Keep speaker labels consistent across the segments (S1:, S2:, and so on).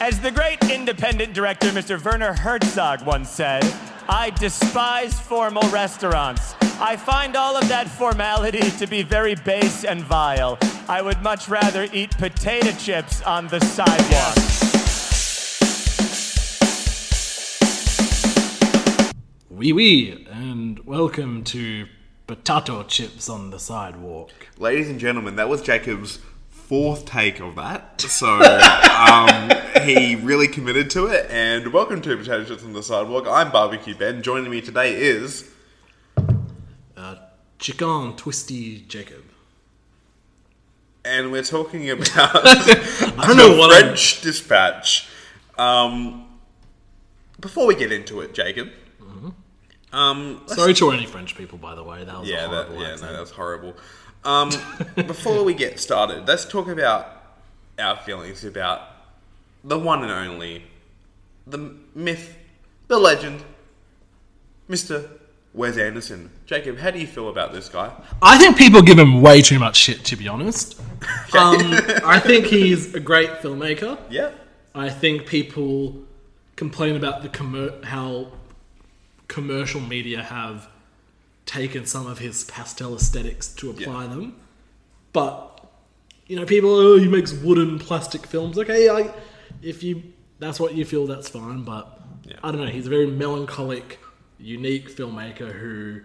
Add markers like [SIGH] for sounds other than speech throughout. S1: As the great independent director, Mr. Werner Herzog, once said, I despise formal restaurants. I find all of that formality to be very base and vile. I would much rather eat potato chips on the sidewalk.
S2: Wee wee, and welcome to Potato Chips on the Sidewalk.
S3: Ladies and gentlemen, that was Jacob's fourth take of that.
S2: [LAUGHS]
S3: So um, he really committed to it. And welcome to Potato Chips on the Sidewalk. I'm Barbecue Ben. Joining me today is.
S2: Uh, chicken Twisty Jacob.
S3: And we're talking about
S2: [LAUGHS]
S3: [LAUGHS]
S2: I don't know what I'm-
S3: French Dispatch. Um, before we get into it, Jacob. Um,
S2: Sorry to any French people, by the way. That was a
S3: yeah, that,
S2: horrible
S3: yeah,
S2: accent.
S3: no, that's horrible. Um, [LAUGHS] before we get started, let's talk about our feelings about the one and only, the myth, the legend, Mister Wes Anderson. Jacob, how do you feel about this guy?
S2: I think people give him way too much shit, to be honest. Um, I think he's a great filmmaker.
S3: Yeah,
S2: I think people complain about the commer- how commercial media have taken some of his pastel aesthetics to apply them. But you know, people oh he makes wooden plastic films. Okay, I, if you that's what you feel, that's fine. But
S3: Yeah.
S2: I don't know. He's a very melancholic, unique filmmaker who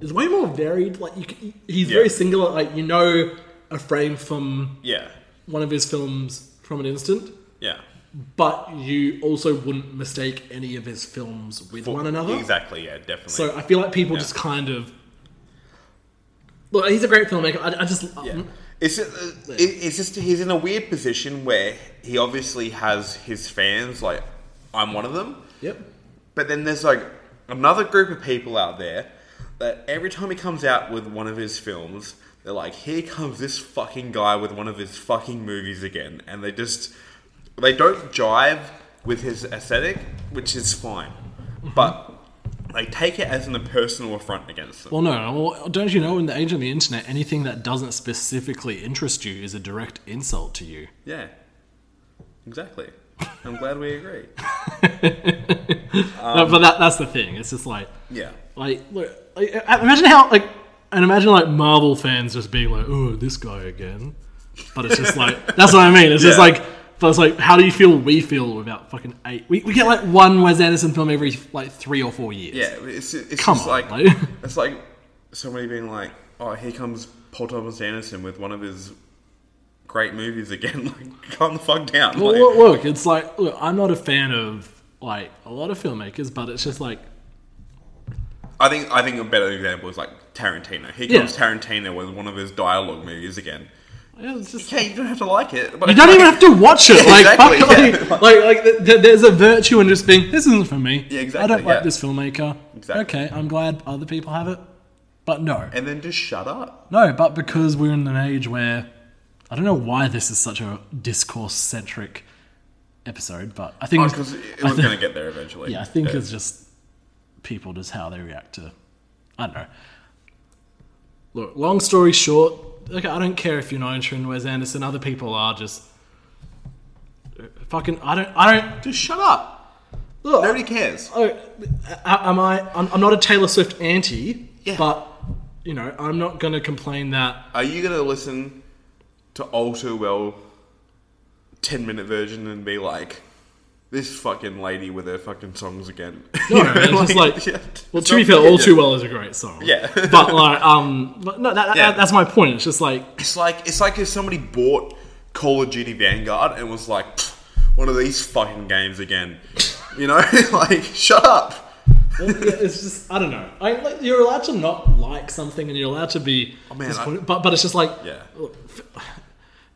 S2: is way more varied. Like you, c- he's
S3: Yeah.
S2: very singular. Like you know a frame from
S3: yeah,
S2: one of his films from an instant
S3: yeah.
S2: but you also wouldn't mistake any of his films with one another.
S3: Exactly. Yeah, definitely.
S2: So I feel like people just kind of look. He's a great filmmaker. I, I just um,
S3: Yeah. It's, uh, it- it's just he's in a weird position where he obviously has his fans. Like I'm one of them.
S2: yep.
S3: But then there's like another group of people out there that every time he comes out with one of his films, they're like, here comes this fucking guy with one of his fucking movies again. And they just, they don't jive with his aesthetic, which is fine. But they take it as an personal affront against them.
S2: Well, no. Well, don't you know? In the age of the internet, anything that doesn't specifically interest you is a direct insult to you.
S3: Yeah. Exactly. I'm glad we agree. Um,
S2: No, but that, that's the thing. It's just like
S3: Yeah.
S2: like look. Like, I- imagine how like and imagine like Marvel fans just being like, oh, this guy again. But it's just like
S3: [LAUGHS]
S2: that's what I mean. It's just
S3: Yeah.
S2: like. But it's like, how do you feel we feel about fucking eight? We, we get like one Wes Anderson film every like three or four years.
S3: Yeah, it's, it's
S2: Come
S3: just
S2: on,
S3: like
S2: mate. [LAUGHS]
S3: it's like somebody being like, "Oh, here comes Paul Thomas Anderson with one of his great movies again." [LAUGHS] Like, calm the fuck down.
S2: Well,
S3: Like,
S2: look, look, it's like, look, I'm not a fan of like a lot of filmmakers, but it's just like,
S3: I think I think a better example is like Tarantino. Here
S2: Yeah.
S3: comes Tarantino with one of his dialogue movies again.
S2: yeah, it's just
S3: Yeah, you don't have to like it. But
S2: You don't even have to watch it.
S3: Yeah,
S2: Like,
S3: exactly,
S2: fuck,
S3: yeah.
S2: like, [LAUGHS] like, like th- th- there's a virtue in just being, this isn't for me.
S3: Yeah,
S2: I
S3: exactly,
S2: don't
S3: yeah.
S2: like this filmmaker.
S3: Exactly.
S2: Okay, I'm glad other people have it. But no.
S3: And then just shut up.
S2: No, but because we're in an age where, I don't know why this is such a discourse centric episode, but I think,
S3: Because Oh, it
S2: Mm. I
S3: was
S2: thi-
S3: going to get there eventually.
S2: yeah, I think it's just people, just how they react to, I don't know. Look, long story short, okay, I don't care if you're not interested in Wes Anderson. Other people are just uh, fucking. I don't. I don't.
S3: just shut up.
S2: Look,
S3: Nobody cares.
S2: Oh, a- am I? I'm, I'm not a Taylor Swift anti,
S3: Yeah.
S2: but you know, I'm not going to complain that.
S3: Are you going to listen to all too well 10 minute version and be like, this fucking lady with her fucking songs again?
S2: No,
S3: [LAUGHS]
S2: it's just like-
S3: yeah.
S2: Well,
S3: It's
S2: to be fair,
S3: not-
S2: all
S3: yeah.
S2: too well is a great song.
S3: Yeah.
S2: but like, um, but no, that, that,
S3: Yeah.
S2: that's my point. It's just like,
S3: It's like, it's like if somebody bought Call of Duty Vanguard and was like, "Pfft, one of these fucking games again. You know? [LAUGHS] like, shut up.
S2: well, yeah, it's just I don't know. I, like, you're allowed to not like something, and you're allowed to be
S3: Oh, man,
S2: disappointed. but but it's just like,
S3: Yeah.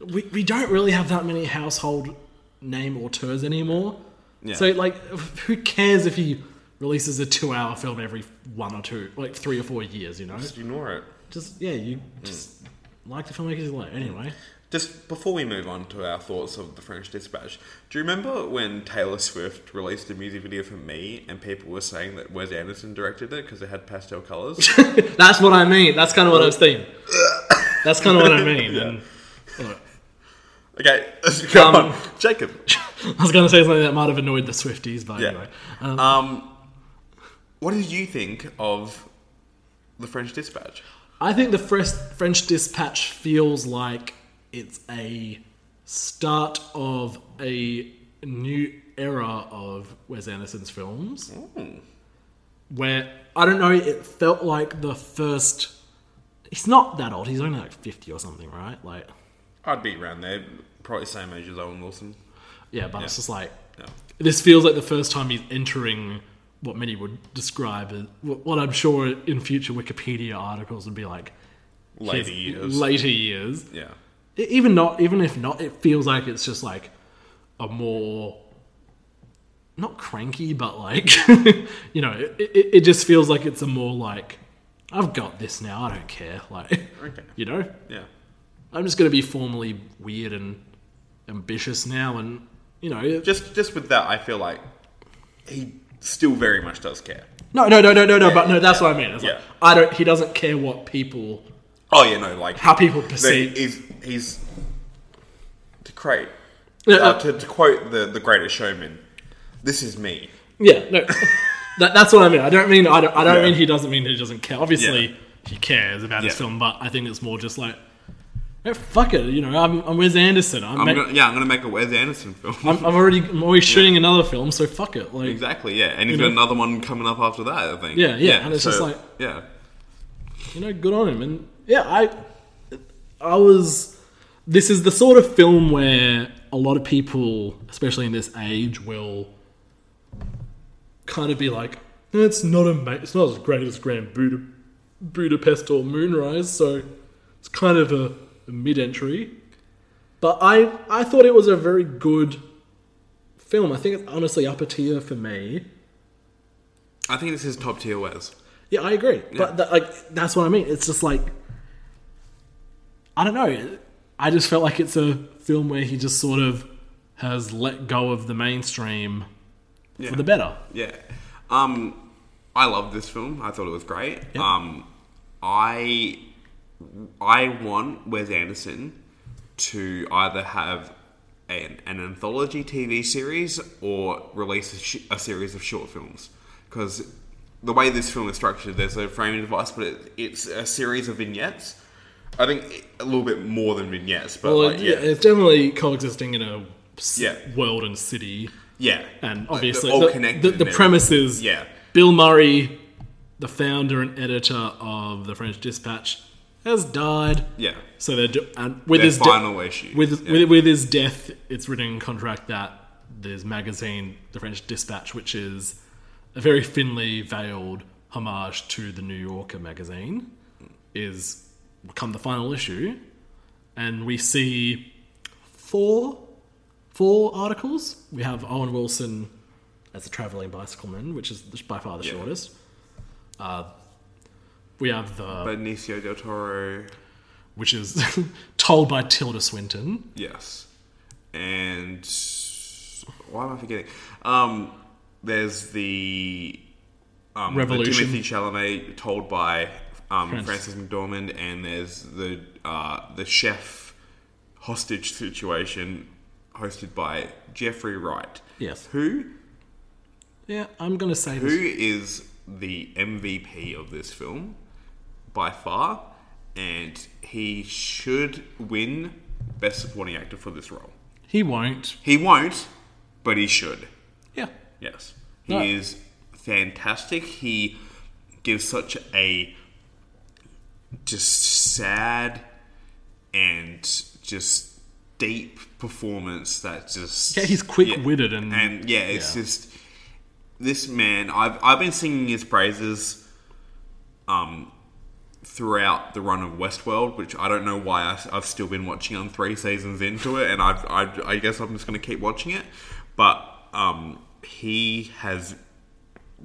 S2: we, we don't really have that many household name auteurs anymore.
S3: Yeah.
S2: So like, who cares if he releases a two-hour film every one or two, like three or four years? You know,
S3: Just ignore it.
S2: just yeah, you just like the filmmakers you like anyway. [LAUGHS]
S3: Just before we move on to our thoughts of the French Dispatch, do you remember when Taylor Swift released a music video for Me and people were saying that Wes Anderson directed it because it had pastel [LAUGHS] colours?
S2: That's what I mean. That's kind of what I was thinking. uh, That's kind of what I mean. And,
S3: okay, go
S2: Um,
S3: on. Jacob.
S2: I was going to say something that might have annoyed the Swifties, but
S3: Yeah.
S2: anyway.
S3: Um, what did you think of the French Dispatch?
S2: I think the French, French Dispatch feels like it's a start of a new era of Wes Anderson's films.
S3: Hmm?
S2: Where, I don't know, it felt like the first. He's not that old, he's only like 50 or something, right? Like,
S3: I'd be around there, probably same age as Owen Wilson.
S2: yeah, but it's just like.
S3: No.
S2: This feels like the first time he's entering what many would describe as what what I'm sure in future Wikipedia articles would be like
S3: Later
S2: his
S3: years.
S2: Later years.
S3: yeah.
S2: E- even not even if not it feels like it's just like a more not cranky but like [LAUGHS] you know it, it, it just feels like it's a more like i've got this now i don't care [LAUGHS] like
S3: Okay.
S2: you know
S3: Yeah.
S2: i'm just going to be formally weird and ambitious now and you know it-
S3: Just just with that, I feel like he still very much does care.
S2: no no no no no no but no that's what i mean it's
S3: Yeah.
S2: like i don't he doesn't care what people
S3: Oh yeah, no, like
S2: how people
S3: they-
S2: perceive
S3: he's he's to create
S2: Yeah,
S3: uh,
S2: uh,
S3: to, to quote the the greatest showman. This is me.
S2: Yeah, no, [LAUGHS] that, that's what I mean. I don't mean I don't, I don't
S3: Yeah.
S2: mean he doesn't mean he doesn't care. Obviously,
S3: Yeah.
S2: he cares about his
S3: Yeah.
S2: film, but I think it's more just like, eh, fuck it, you know, I'm, I'm Wes Anderson. I'm,
S3: I'm
S2: ma-
S3: gonna, yeah, I'm gonna make a Wes Anderson film.
S2: I'm, I'm already I'm always shooting another film, so fuck it. Like,
S3: [LAUGHS] exactly, yeah, and he's got another one coming up after that. I think.
S2: Yeah, yeah, and it's just like-
S3: yeah,
S2: you know, good on him. And yeah, I, I was. This is the sort of film where a lot of people, especially in this age, will kind of be like, "It's not a, ma- it's not as great as Grand Buda- Budapest or Moonrise," so it's kind of a, a mid-entry. But I, I thought it was a very good film. I think it's honestly upper tier for me.
S3: I think this is top tier Wes.
S2: Yeah, I agree. But that, like, that's what I mean. It's just like, I don't know. I just felt like it's a film where he just sort of has let go of the mainstream for the better.
S3: Yeah. Um, I loved this film. I thought it was great.
S2: Yeah.
S3: Um, I I want Wes Anderson to either have an, an anthology TV series or release a, sh- a series of short films because the way this film is structured, there's a framing device, but it, it's a series of vignettes. I think a little bit more than vignettes, but
S2: Well,
S3: like,
S2: yeah,
S3: yeah,
S2: it's definitely coexisting in a s-
S3: Yeah.
S2: world and city,
S3: yeah,
S2: and
S3: Like, they're
S2: obviously
S3: all
S2: the,
S3: connected
S2: the-
S3: and
S2: the
S3: everything.
S2: premise is
S3: Yeah.
S2: Bill Murray, the founder and editor of the French Dispatch, has died.
S3: Yeah,
S2: So they're do- and with
S3: Their
S2: his de-
S3: final issue.
S2: with,
S3: Yeah.
S2: with with his death, it's written in contract that there's magazine, the French Dispatch, which is a very thinly veiled homage to the New Yorker magazine, is become the final issue, and we see four four articles. We have Owen Wilson as a traveling bicycleman, which is by far the shortest. Uh, we have the
S3: Benicio del Toro.
S2: which is [LAUGHS] told by Tilda Swinton.
S3: Yes. And why am I forgetting? Um, there's the um, the
S2: Revolution.
S3: Timothy Chalamet told by um,
S2: Francis.
S3: Francis McDormand, and there's the uh, the chef hostage situation hosted by Jeffrey Wright.
S2: Yes.
S3: Who
S2: Yeah, I'm gonna say
S3: who
S2: this.
S3: is the MVP of this film by far, and he should win Best Supporting Actor for this role.
S2: He won't.
S3: He won't, but he should.
S2: Yeah.
S3: Yes. He
S2: No.
S3: is fantastic. He gives such a just sad and just deep performance that just
S2: Yeah, he's quick-witted and-
S3: and yeah, it's
S2: yeah.
S3: just this man. I've I've been singing his praises um throughout the run of Westworld, which I don't know why I, have still been watching. I'm three seasons into it, and I've, I, I guess I'm just going to keep watching it. But um, he has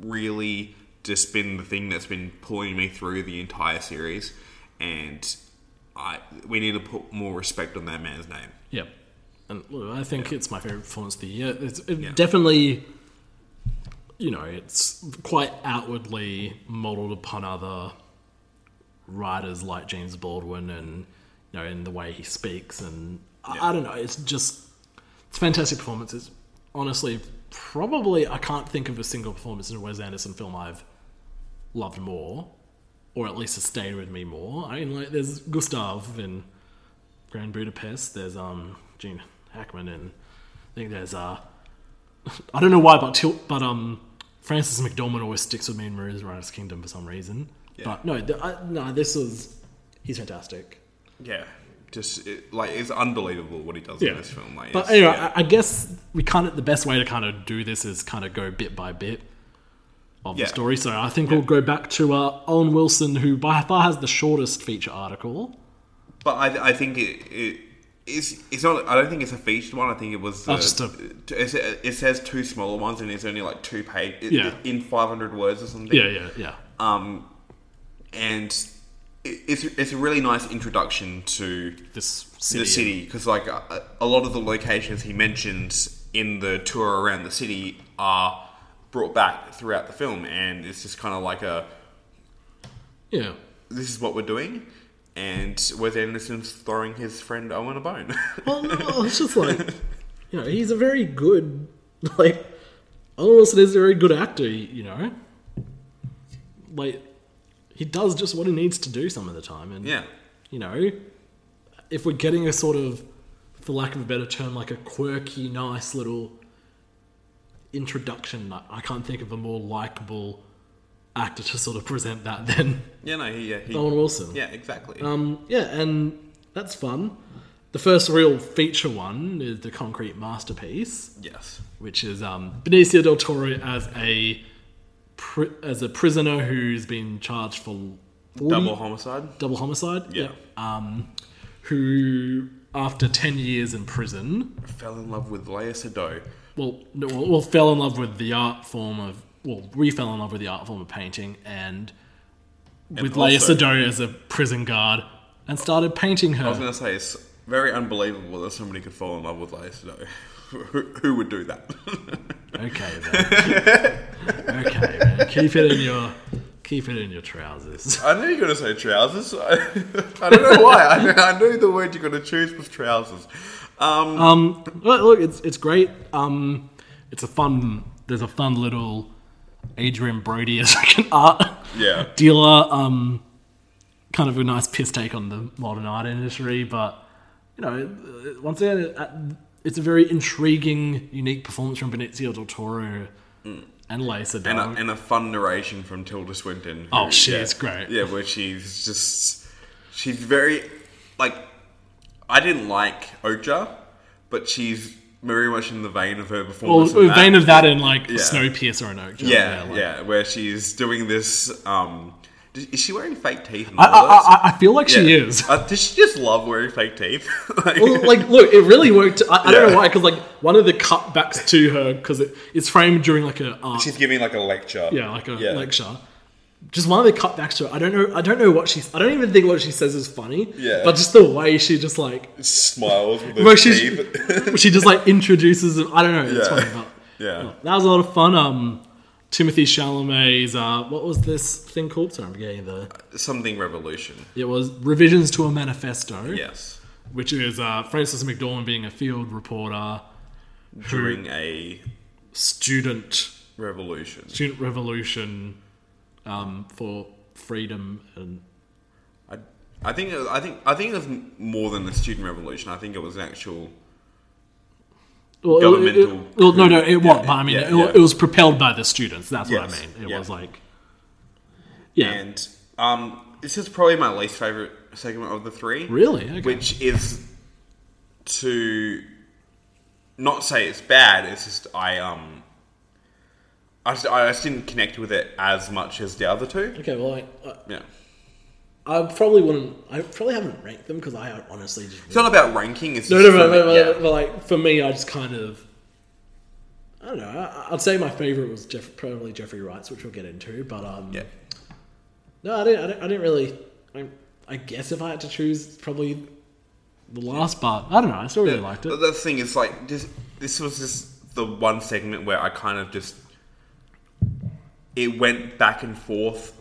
S3: really just been the thing that's been pulling me through the entire series, and I we need to put more respect on that man's name.
S2: Yeah. And well, I think it's my favorite performance of the year. It's it definitely, you know, it's quite outwardly modeled upon other writers like James Baldwin, and you know, in the way he speaks, and I, I don't know. It's just it's a fantastic performance. It's honestly, probably I can't think of a single performance in a Wes Anderson film I've loved more, or at least has stayed with me more. I mean, like there's Gustav in Grand Budapest. There's um Gene Hackman and I think there's uh [LAUGHS] I don't know why, but til- but um Francis McDormand always sticks with me in Maria's Runner's Kingdom for some reason. But no, th- I, no, this was he's fantastic.
S3: Yeah. Just it, like it's unbelievable what he does in this film. Like,
S2: but
S3: it's-
S2: anyway,
S3: yeah.
S2: I, I guess we kind of the best way to kind of do this is kind of go bit by bit of
S3: Yeah.
S2: the story. So I think we'll go back to uh, Owen Wilson, who by far has the shortest feature article.
S3: But I, I think it, it it's, it's not. I don't think it's a featured one. I think it was. uh,
S2: Oh, just a-
S3: it, it says two smaller ones, and it's only like two page it-
S2: Yeah.
S3: in five hundred words or something.
S2: Yeah, yeah, yeah.
S3: Um, and it, it's it's a really nice introduction to
S2: This city.
S3: the city because like a, a lot of the locations he mentions in the tour around the city are brought back throughout the film, and it's just kind of like a
S2: Yeah.
S3: this is what we're doing. And Wes Anderson's throwing his friend Owen a bone. [LAUGHS]
S2: Well, no, it's just like you know, he's a very good like Owen Wilson is a very good actor. You know, like he does just what he needs to do some of the time, and
S3: yeah.
S2: you know, if we're getting a sort of, for lack of a better term, like a quirky, nice little introduction, I I can't think of a more likable actor to sort of present that than
S3: Yeah, no, he, yeah, he,
S2: Owen Wilson.
S3: yeah, exactly.
S2: Um, yeah, and that's fun. The first real feature one is the Concrete Masterpiece,
S3: yes,
S2: which is um, Benicio del Toro as a pri- as a prisoner who's been charged for 40
S3: double homicide.
S2: double homicide.
S3: Yeah.
S2: Um, who after ten years in prison,
S3: Fell in love with Leia Sado.
S2: well, no, well, well, fell in love with the art form of well, we fell in love with the art form of painting, and, with Leia
S3: also-
S2: Sado as a prison guard, and started painting her.
S3: I was going to say it's very unbelievable that somebody could fall in love with Leia Sado. who, who would do that? [LAUGHS]
S2: Okay, man. okay, man. Keep it in your keep it in your trousers.
S3: I knew you were going to say trousers. [LAUGHS] I, I don't know why. I, knew- I knew the word you were going to choose was trousers. Um,
S2: Um, look, look, it's it's great. Um, it's a fun. There's a fun little Adrian Brody as like an art
S3: yeah,
S2: dealer. Um, kind of a nice piss take on the modern art industry, but you know, uh, once again, it- uh, it's a very intriguing, unique performance from Benicio del Toro and Lisa
S3: Mm. and a, and a fun narration from Tilda Swinton. who-
S2: Oh, shit,
S3: yeah,
S2: it's great.
S3: Yeah, where she's just she's very like I didn't like Oja, but she's very much in the vein of her
S2: Well,
S3: performance. in
S2: a vein of that and like
S3: Yeah.
S2: Snowpiercer and Oak.
S3: yeah,
S2: like-
S3: yeah, where she's doing this. um d- Is she wearing fake teeth? in
S2: I,
S3: all this?
S2: I, I, I feel like she
S3: Yeah. [LAUGHS]
S2: is.
S3: Uh, does she just love wearing fake teeth? [LAUGHS] like,
S2: Well, like, look, it really worked. I, I don't
S3: Yeah.
S2: know why, because like one of the cutbacks to her, because it, it's framed during like a art,
S3: she's giving like a lecture.
S2: yeah, like a
S3: Yeah.
S2: lecture. Just one of the cutbacks to her. I don't know. I don't know what she's. I don't even think what she says is funny.
S3: Yeah.
S2: But just the way she just like, [LAUGHS]
S3: Smiles with
S2: well,
S3: her
S2: she's, [LAUGHS]
S3: teeth.
S2: she just like introduces. I don't know. It's
S3: Yeah.
S2: funny, but
S3: [LAUGHS] yeah.
S2: that was a lot of fun. Um, Timothy Chalamet's. Uh, what was this thing called? Sorry, I'm getting the.
S3: Something revolution.
S2: It was revisions to a manifesto.
S3: Yes.
S2: which is uh, Francis McDormand being a field reporter,
S3: During a
S2: student
S3: revolution.
S2: student revolution um, for freedom, and
S3: I, I think it was- I think I think it was m- more than the student revolution. I think it was an actual.
S2: well, it-
S3: Governmental
S2: it- well, no, no, it
S3: coup.
S2: was. But I mean,
S3: Yeah,
S2: it,
S3: yeah.
S2: it was propelled by the students. That's
S3: Yes,
S2: what I mean. It
S3: yeah.
S2: was like, yeah,
S3: And um, this is probably my least favorite segment of the three.
S2: really, okay.
S3: Which is to not say it's bad. It's just I um. I just, I just didn't connect with it as much as the other two.
S2: okay, well, I,
S3: Yeah.
S2: I probably wouldn't. I probably haven't ranked them because I honestly just
S3: It's not about ranking. It's
S2: No,
S3: just
S2: no, no, no,
S3: something-
S2: no,
S3: yeah.
S2: But like for me, I just kind of, I don't know. I, I'd say my favorite was Jeff, probably Jeffrey Wright's, which we'll get into. But um,
S3: Yeah.
S2: no, I didn't. I didn't, I didn't really. I, I guess if I had to choose, it's probably the last part. I don't know. I still really liked
S3: But
S2: it.
S3: the thing is, like, just, this was just the one segment where I kind of just it went back and forth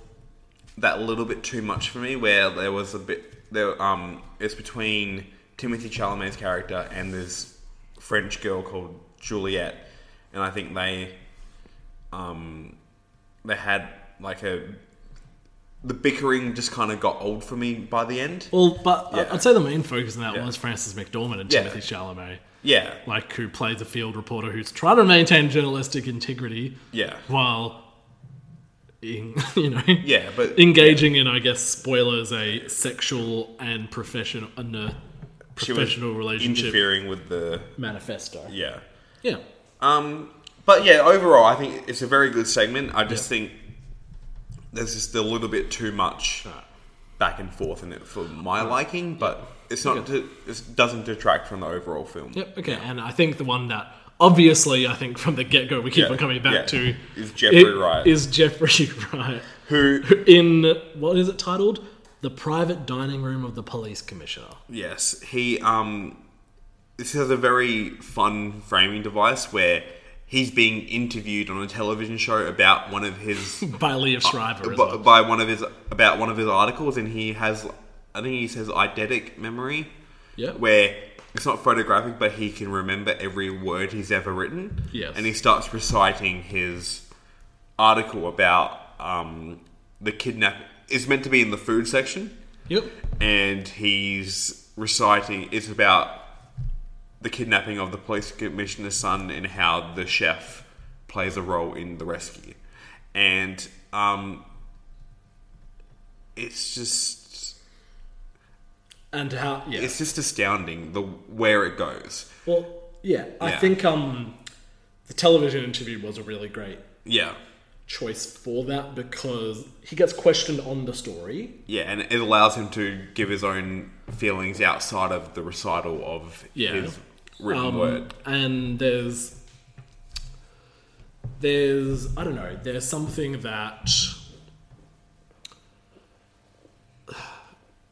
S3: that little bit too much for me. Where there was a bit there, um, it's between Timothy Chalamet's character and this French girl called Juliet, and I think they, um, they had like a, the bickering just kind of got old for me by the end.
S2: Well, but I-
S3: Yeah.
S2: I'd say the main focus in that
S3: Yeah.
S2: one was Francis McDormand and
S3: Yeah.
S2: Timothy Chalamet,
S3: Yeah,
S2: like who plays a field reporter who's trying to maintain journalistic integrity
S3: yeah,
S2: while, in, [LAUGHS] you know,
S3: yeah, but
S2: engaging in, I guess, spoilers, a sexual and professional and a
S3: she was
S2: professional relationship
S3: interfering with the
S2: manifesto.
S3: yeah.
S2: Yeah.
S3: Um, but yeah, overall, I think it's a very good segment. I just think there's just a little bit too much back and forth in it for my liking, but it's not. To, it doesn't detract from the overall film.
S2: Yep. Okay. And I think the one that obviously I think from the get go we keep
S3: Yeah,
S2: on coming back
S3: yeah.
S2: to
S3: Is Jeffrey
S2: it-
S3: Wright.
S2: Is Jeffrey [LAUGHS] Wright
S3: Who?
S2: in what is it titled? The private dining room of the police commissioner.
S3: Yes, he. Um, this has a very fun framing device where he's being interviewed on a television show about one of his
S2: By
S3: Uh,
S2: Leah Shriver. as
S3: by,
S2: well.
S3: by one of his about one of his articles, and he has, I think he says eidetic memory,
S2: Yeah.
S3: where it's not photographic, but he can remember every word he's ever written.
S2: Yes.
S3: and he starts reciting his article about um, the kidnap. It's meant to be in the food section,
S2: Yep.
S3: and he's reciting. It's about the kidnapping of the police commissioner's son and how the chef plays a role in the rescue. And um, it's just
S2: And how? Yeah.
S3: it's just astounding the where it goes.
S2: well, yeah. I
S3: Yeah.
S2: think um, the television interview was a really great
S3: Yeah.
S2: choice for that because he gets questioned on the story.
S3: Yeah, and it allows him to give his own feelings outside of the recital of
S2: Yeah.
S3: his written
S2: Um,
S3: word.
S2: And there's there's I don't know, there's something that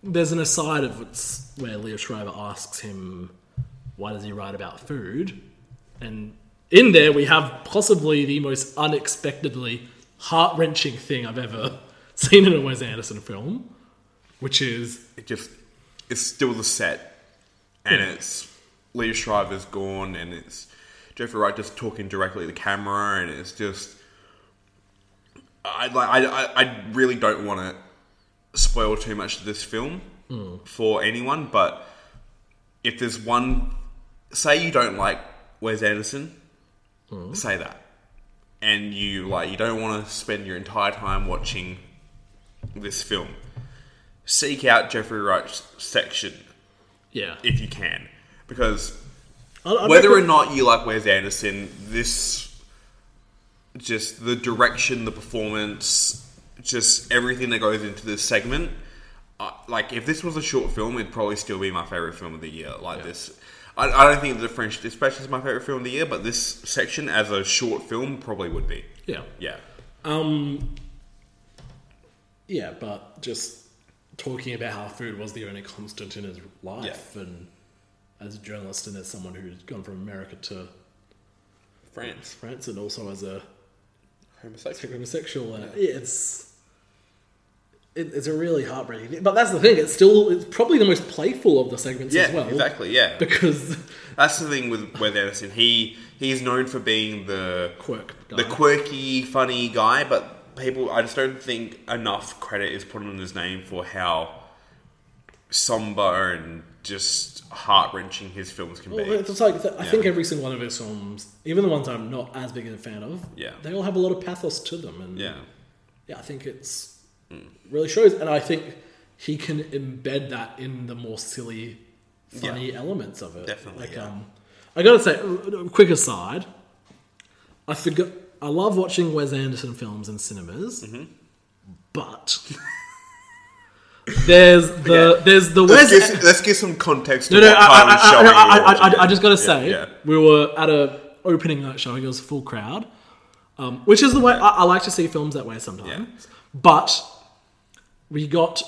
S2: there's an aside of it's where Leo Schreiber asks him why does he write about food? And in there we have possibly the most unexpectedly heart wrenching thing I've ever [LAUGHS] seen in a Wes Anderson film, which is
S3: it just it's still the set and it's Lee Shriver's gone and it's Jeffrey Wright just talking directly to the camera and it's just I like I, I, I really don't want to spoil too much of this film for anyone but if there's one say you don't like Wes Anderson say that and you like you don't want to spend your entire time watching this film seek out Jeffrey Wright's section
S2: yeah.
S3: if you can, because
S2: I- I
S3: whether
S2: reckon-
S3: or not you like Wes Anderson, this just the direction, the performance, just everything that goes into this segment. Uh, like if this was a short film, it'd probably still be my favorite film of the year. Like this, I, I don't think the French Dispatch is my favorite film of the year, but this section as a short film probably would be.
S2: yeah.
S3: Yeah,
S2: Um. Yeah, but just talking about how food was the only constant in his life, and as a journalist and as someone who's gone from America to
S3: France
S2: France, and also as a
S3: homosexual.
S2: homosexual, uh, yeah, it's it, it's a really heartbreaking. thing. But that's the thing; it's still it's probably the most playful of the segments
S3: Yeah,
S2: as well,
S3: exactly. Yeah,
S2: Because [LAUGHS]
S3: That's the thing with Wes Anderson. He he's known for being the
S2: quirk, guy.
S3: the quirky, funny guy, but people I just don't think enough credit is put on his name for how somber and just heart wrenching his films can
S2: Well,
S3: be.
S2: it's like th- I
S3: Yeah.
S2: think every single one of his films, even the ones I'm not as big a fan of,
S3: Yeah.
S2: they all have a lot of pathos to them, and
S3: Yeah,
S2: yeah, I think it's really shows, and I think he can embed that in the more silly, funny elements of it.
S3: Definitely,
S2: Like,
S3: yeah.
S2: um, I gotta say, uh, uh, quick aside, I forgot. I love watching Wes Anderson films in cinemas,
S3: Mm-hmm.
S2: but there's the there's the
S3: let's
S2: Wes.
S3: give, let's give some context. To
S2: No, no, I,
S3: what time
S2: I,
S3: and
S2: I,
S3: showing
S2: no,
S3: we
S2: I,
S3: were
S2: I-
S3: watching
S2: I- I
S3: it.
S2: just gotta
S3: Yeah,
S2: say,
S3: yeah.
S2: we were at a opening night showing. It was a full crowd, um, which is the way I, I like to see films that way sometimes. But we got.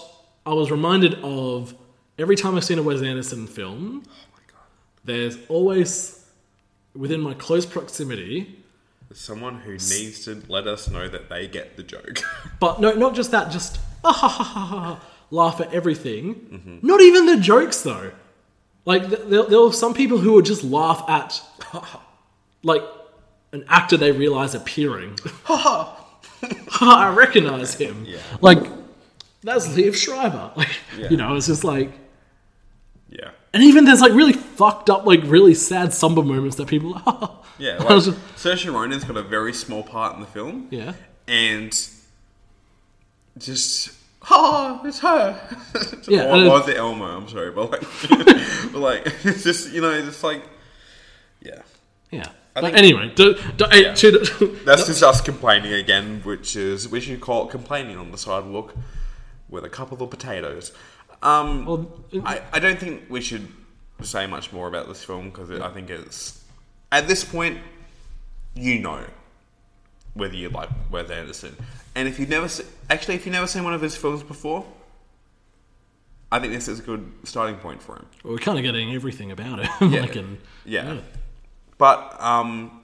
S2: I was reminded of every time I've seen a Wes Anderson film. There's always within my close proximity,
S3: someone who needs to let us know that they get the joke. [LAUGHS]
S2: but no, not just that. Just ah, ha, ha, ha, ha, ha, laugh at everything.
S3: Mm-hmm.
S2: Not even the jokes though. [LAUGHS] Like th- there, there were some people who would just laugh at like an actor they realize appearing. [LAUGHS] I recognize him.
S3: Yeah.
S2: Like, that's Liev Schreiber. [LAUGHS] Like, you know, it's just like,
S3: Yeah.
S2: and even there's like really fucked up, like really sad, somber moments that people. [LAUGHS]
S3: Yeah.
S2: I
S3: Like,
S2: was just-
S3: Saoirse Ronan's got a very small part in the film.
S2: yeah.
S3: And just. [LAUGHS] Oh, it's her. [LAUGHS]
S2: Yeah,
S3: or,
S2: and it-
S3: or was it Elmo? I'm sorry, but like, [LAUGHS] but like, [LAUGHS] it's just you know, it's like, yeah.
S2: Yeah. But
S3: think-
S2: anyway, do, do, eh, to- [LAUGHS]
S3: That's just us complaining again, which is we should call it complaining on the sidewalk with a couple of potatoes. Um,
S2: Well,
S3: I, I don't think we should say much more about this film because I think it's at this point you know whether you like Wes Anderson, and if you've never se- actually if you've never seen one of his films before, I think this is a good starting point for him.
S2: we're kind of getting everything about it. [LAUGHS] like, and,
S3: Yeah. But um,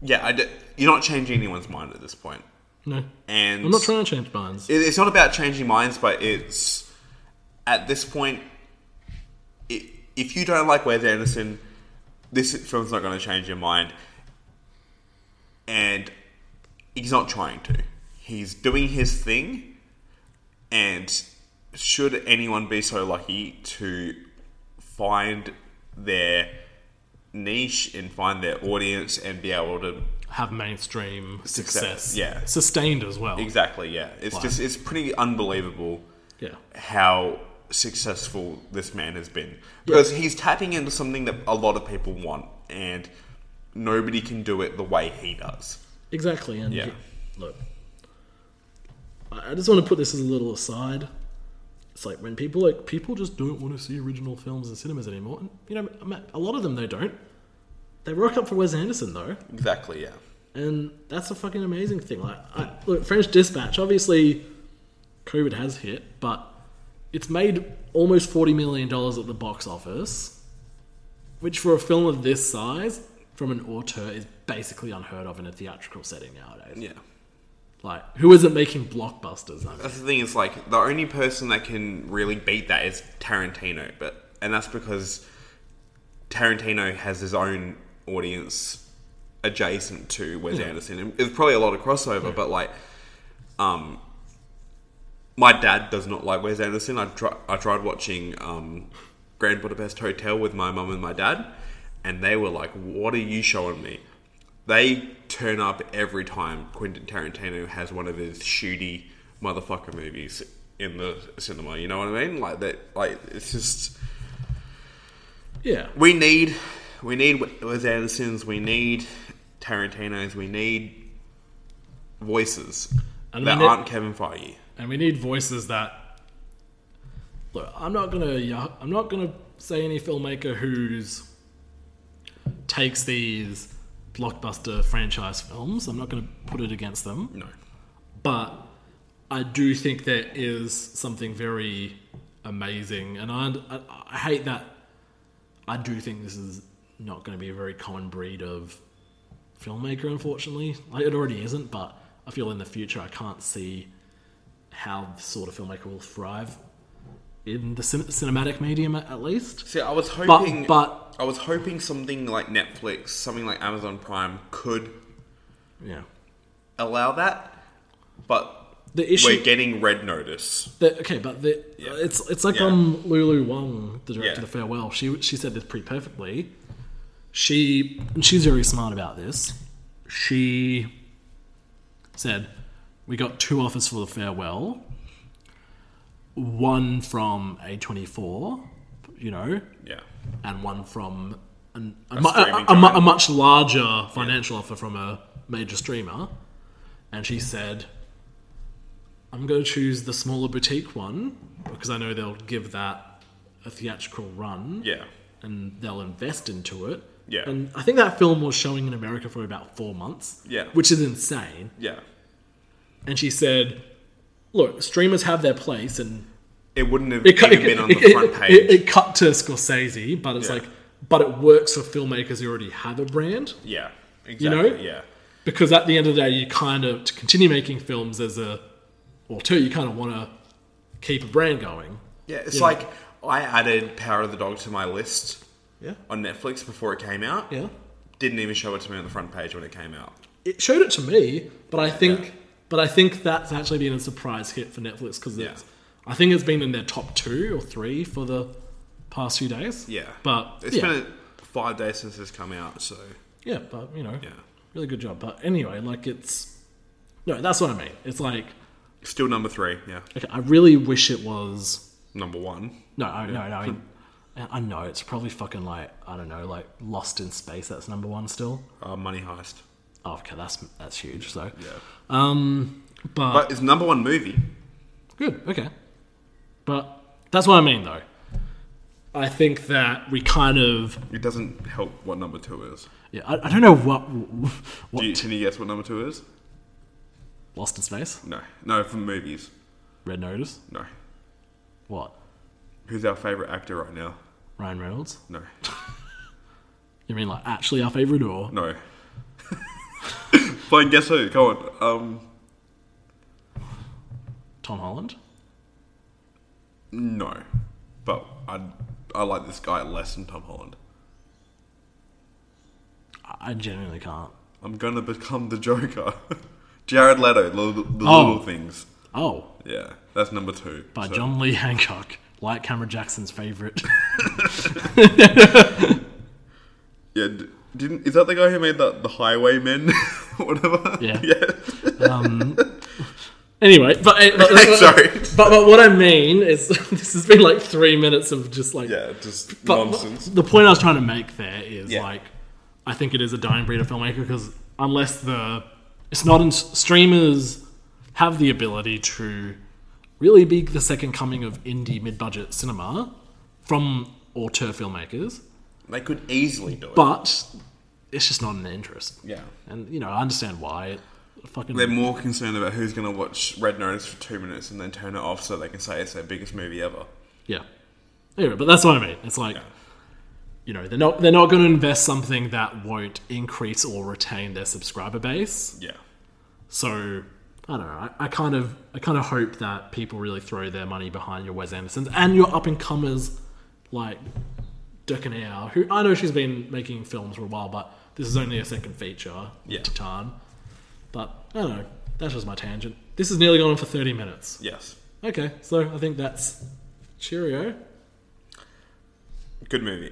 S3: yeah, I d- you're not changing anyone's mind at this point.
S2: no,
S3: And
S2: I'm not trying to change minds.
S3: it, it's not about changing minds, but it's at this point, i if you don't like Wes Anderson, this film's not going to change your mind, and he's not trying to. He's doing his thing, and should anyone be so lucky to find their niche and find their audience and be able to
S2: Have mainstream success.
S3: Success, yeah.
S2: Sustained as well.
S3: exactly yeah it's just it's pretty unbelievable
S2: Yeah.
S3: how successful this man has been because he's tapping into something that a lot of people want and nobody can do it the way he does
S2: Exactly. And
S3: Yeah.
S2: look, I I just want to put this as a little aside. It's like when people like people just don't want to see original films in cinemas anymore. And you know, ma- a lot of them they don't. They rock up for Wes Anderson though.
S3: exactly yeah
S2: and that's a fucking amazing thing. Like, I, look, French Dispatch. Obviously, COVID has hit, but it's made almost forty million dollars at the box office, which for a film of this size from an auteur is basically unheard of in a theatrical setting nowadays.
S3: yeah
S2: Like, who isn't making blockbusters? I mean?
S3: that's the thing is like the only person that can really beat that is tarantino but and that's because tarantino has his own audience adjacent to wes anderson and there's probably a lot of crossover but like um my dad does not like Wes Anderson. I, try, I tried watching um, Grand Budapest Hotel with my mum and my dad, and they were like, "What are you showing me?" They turn up every time Quentin Tarantino has one of his shooty motherfucker movies in the cinema. You know what I mean? Like that. Like it's just
S2: Yeah,
S3: we need we need Wes Andersons. We need Tarantino's. We need voices
S2: And
S3: that
S2: we need-
S3: aren't Kevin Feige.
S2: and we need voices that. Look, I'm not gonna. ya- I'm not gonna say any filmmaker who's takes these blockbuster franchise films. I'm not gonna put it against them
S3: No.
S2: but I do think there is something very amazing, and I, I, I hate that. I do think this is not going to be a very common breed of filmmaker, unfortunately. Like it already isn't, but I feel in the future I can't see how the sort of filmmaker will thrive in the cin- cinematic medium, at at least.
S3: See, I was
S2: But-
S3: hoping,
S2: but-
S3: I was hoping something like Netflix, something like Amazon Prime could
S2: Yeah,
S3: allow that, but
S2: the issue.
S3: we're getting red notice.
S2: The, okay, but the, it's it's like
S3: Yeah.
S2: um Lulu Wang, the director
S3: Yeah.
S2: of the farewell. She she said this pretty perfectly. She and she's very smart about this. She said, "We got two offers for the farewell. One from A twenty four, you know,
S3: Yeah,
S2: and one from an, a, mu- a,
S3: streaming
S2: a, mu-
S3: giant.
S2: a much larger financial offer from a major streamer. And she said, I'm going to choose the smaller boutique one because I know they'll give that a theatrical run
S3: yeah,
S2: and they'll invest into it.
S3: Yeah.
S2: And I think that film was showing in America for about four months,
S3: Yeah.
S2: which is insane.
S3: yeah.
S2: And she said, Look, streamers have their place and
S3: It wouldn't have
S2: it cut, it,
S3: even been on the
S2: it-
S3: front
S2: it-
S3: page.
S2: it- it cut to Scorsese, but it's
S3: Yeah.
S2: like, but it works for filmmakers who already have a brand
S3: yeah,
S2: you know?
S3: exactly. yeah,
S2: because at the end of the day, you kind of to continue making films as a or two, you kind of want to keep a brand going.
S3: yeah. It's like I added Power of the Dog to my list
S2: Yeah,
S3: on Netflix before it came out.
S2: yeah,
S3: didn't even show it to me on the front page when it came out.
S2: It showed it to me, but I think, but I think that's actually been a surprise hit for Netflix because
S3: Yeah.
S2: I think it's been in their top two or three for the past few days.
S3: Yeah,
S2: but
S3: it's
S2: yeah,
S3: been a, five days since it's come out, so
S2: yeah, but you know,
S3: yeah,
S2: really good job. But anyway, like it's no, that's what I mean. It's like
S3: still number three. Yeah,
S2: okay, I really wish it was
S3: number one.
S2: No, I, no, no. I, I know it's probably fucking like I don't know, like Lost in Space. That's number one still.
S3: Uh, Money Heist,
S2: Oh, okay, that's that's huge. So,
S3: yeah,
S2: um, but,
S3: but it's number one movie.
S2: good, okay. But that's what I mean, though. I think that we kind of
S3: It doesn't help what number two is.
S2: yeah. I, I don't know what what
S3: Do you, can you guess what number two is?
S2: Lost in Space,
S3: No, no, from movies.
S2: Red Notice,
S3: No.
S2: what
S3: Who's our favorite actor right now?
S2: Ryan Reynolds.
S3: No,
S2: You mean like actually our favorite or
S3: no. Fine, guess who? Go on. Um,
S2: Tom Holland?
S3: no, but I I like this guy less than Tom Holland.
S2: I, I genuinely can't.
S3: I'm gonna become the Joker. [LAUGHS] Jared Leto, the, the
S2: Oh.
S3: little things.
S2: Oh,
S3: Yeah, that's number two.
S2: by
S3: So-
S2: John Lee Hancock, like Cameron Jackson's
S3: [LAUGHS]
S2: favorite.
S3: Yeah, d- didn't is that the guy who made that the Highwaymen, [LAUGHS] whatever?
S2: Yeah.
S3: [LAUGHS] yeah.
S2: Anyway, but, eh,
S3: [LAUGHS]
S2: but- but-
S3: Sorry.
S2: But, but what I mean is, [LAUGHS] this has been like three minutes of just like
S3: Yeah, just
S2: but
S3: nonsense.
S2: The point I was trying to make there is
S3: Yeah.
S2: like, I think it is a dying breed of filmmaker because unless the it's not in streamers have the ability to really be the second coming of indie mid-budget cinema from auteur filmmakers,
S3: They could easily do it.
S2: but it's just not in their interest.
S3: yeah.
S2: And you know, I understand why. It fucking
S3: They're more concerned about who's going to watch Red Notice for two minutes and then turn it off so they can say it's their biggest movie ever.
S2: Yeah. Anyway, but that's what I mean. It's like, you know, they're not they're not going to invest something that won't increase or retain their subscriber base.
S3: Yeah.
S2: So I don't know. I, I kind of I kind of hope that people really throw their money behind your Wes Andersons and your up and comers like Durkinair, who I know she's been making films for a while, but this is only a second feature.
S3: Yeah.
S2: Titan. But I don't know. That's just my tangent. This has nearly gone on for thirty minutes.
S3: Yes.
S2: Okay, so I think that's cheerio.
S3: Good movie.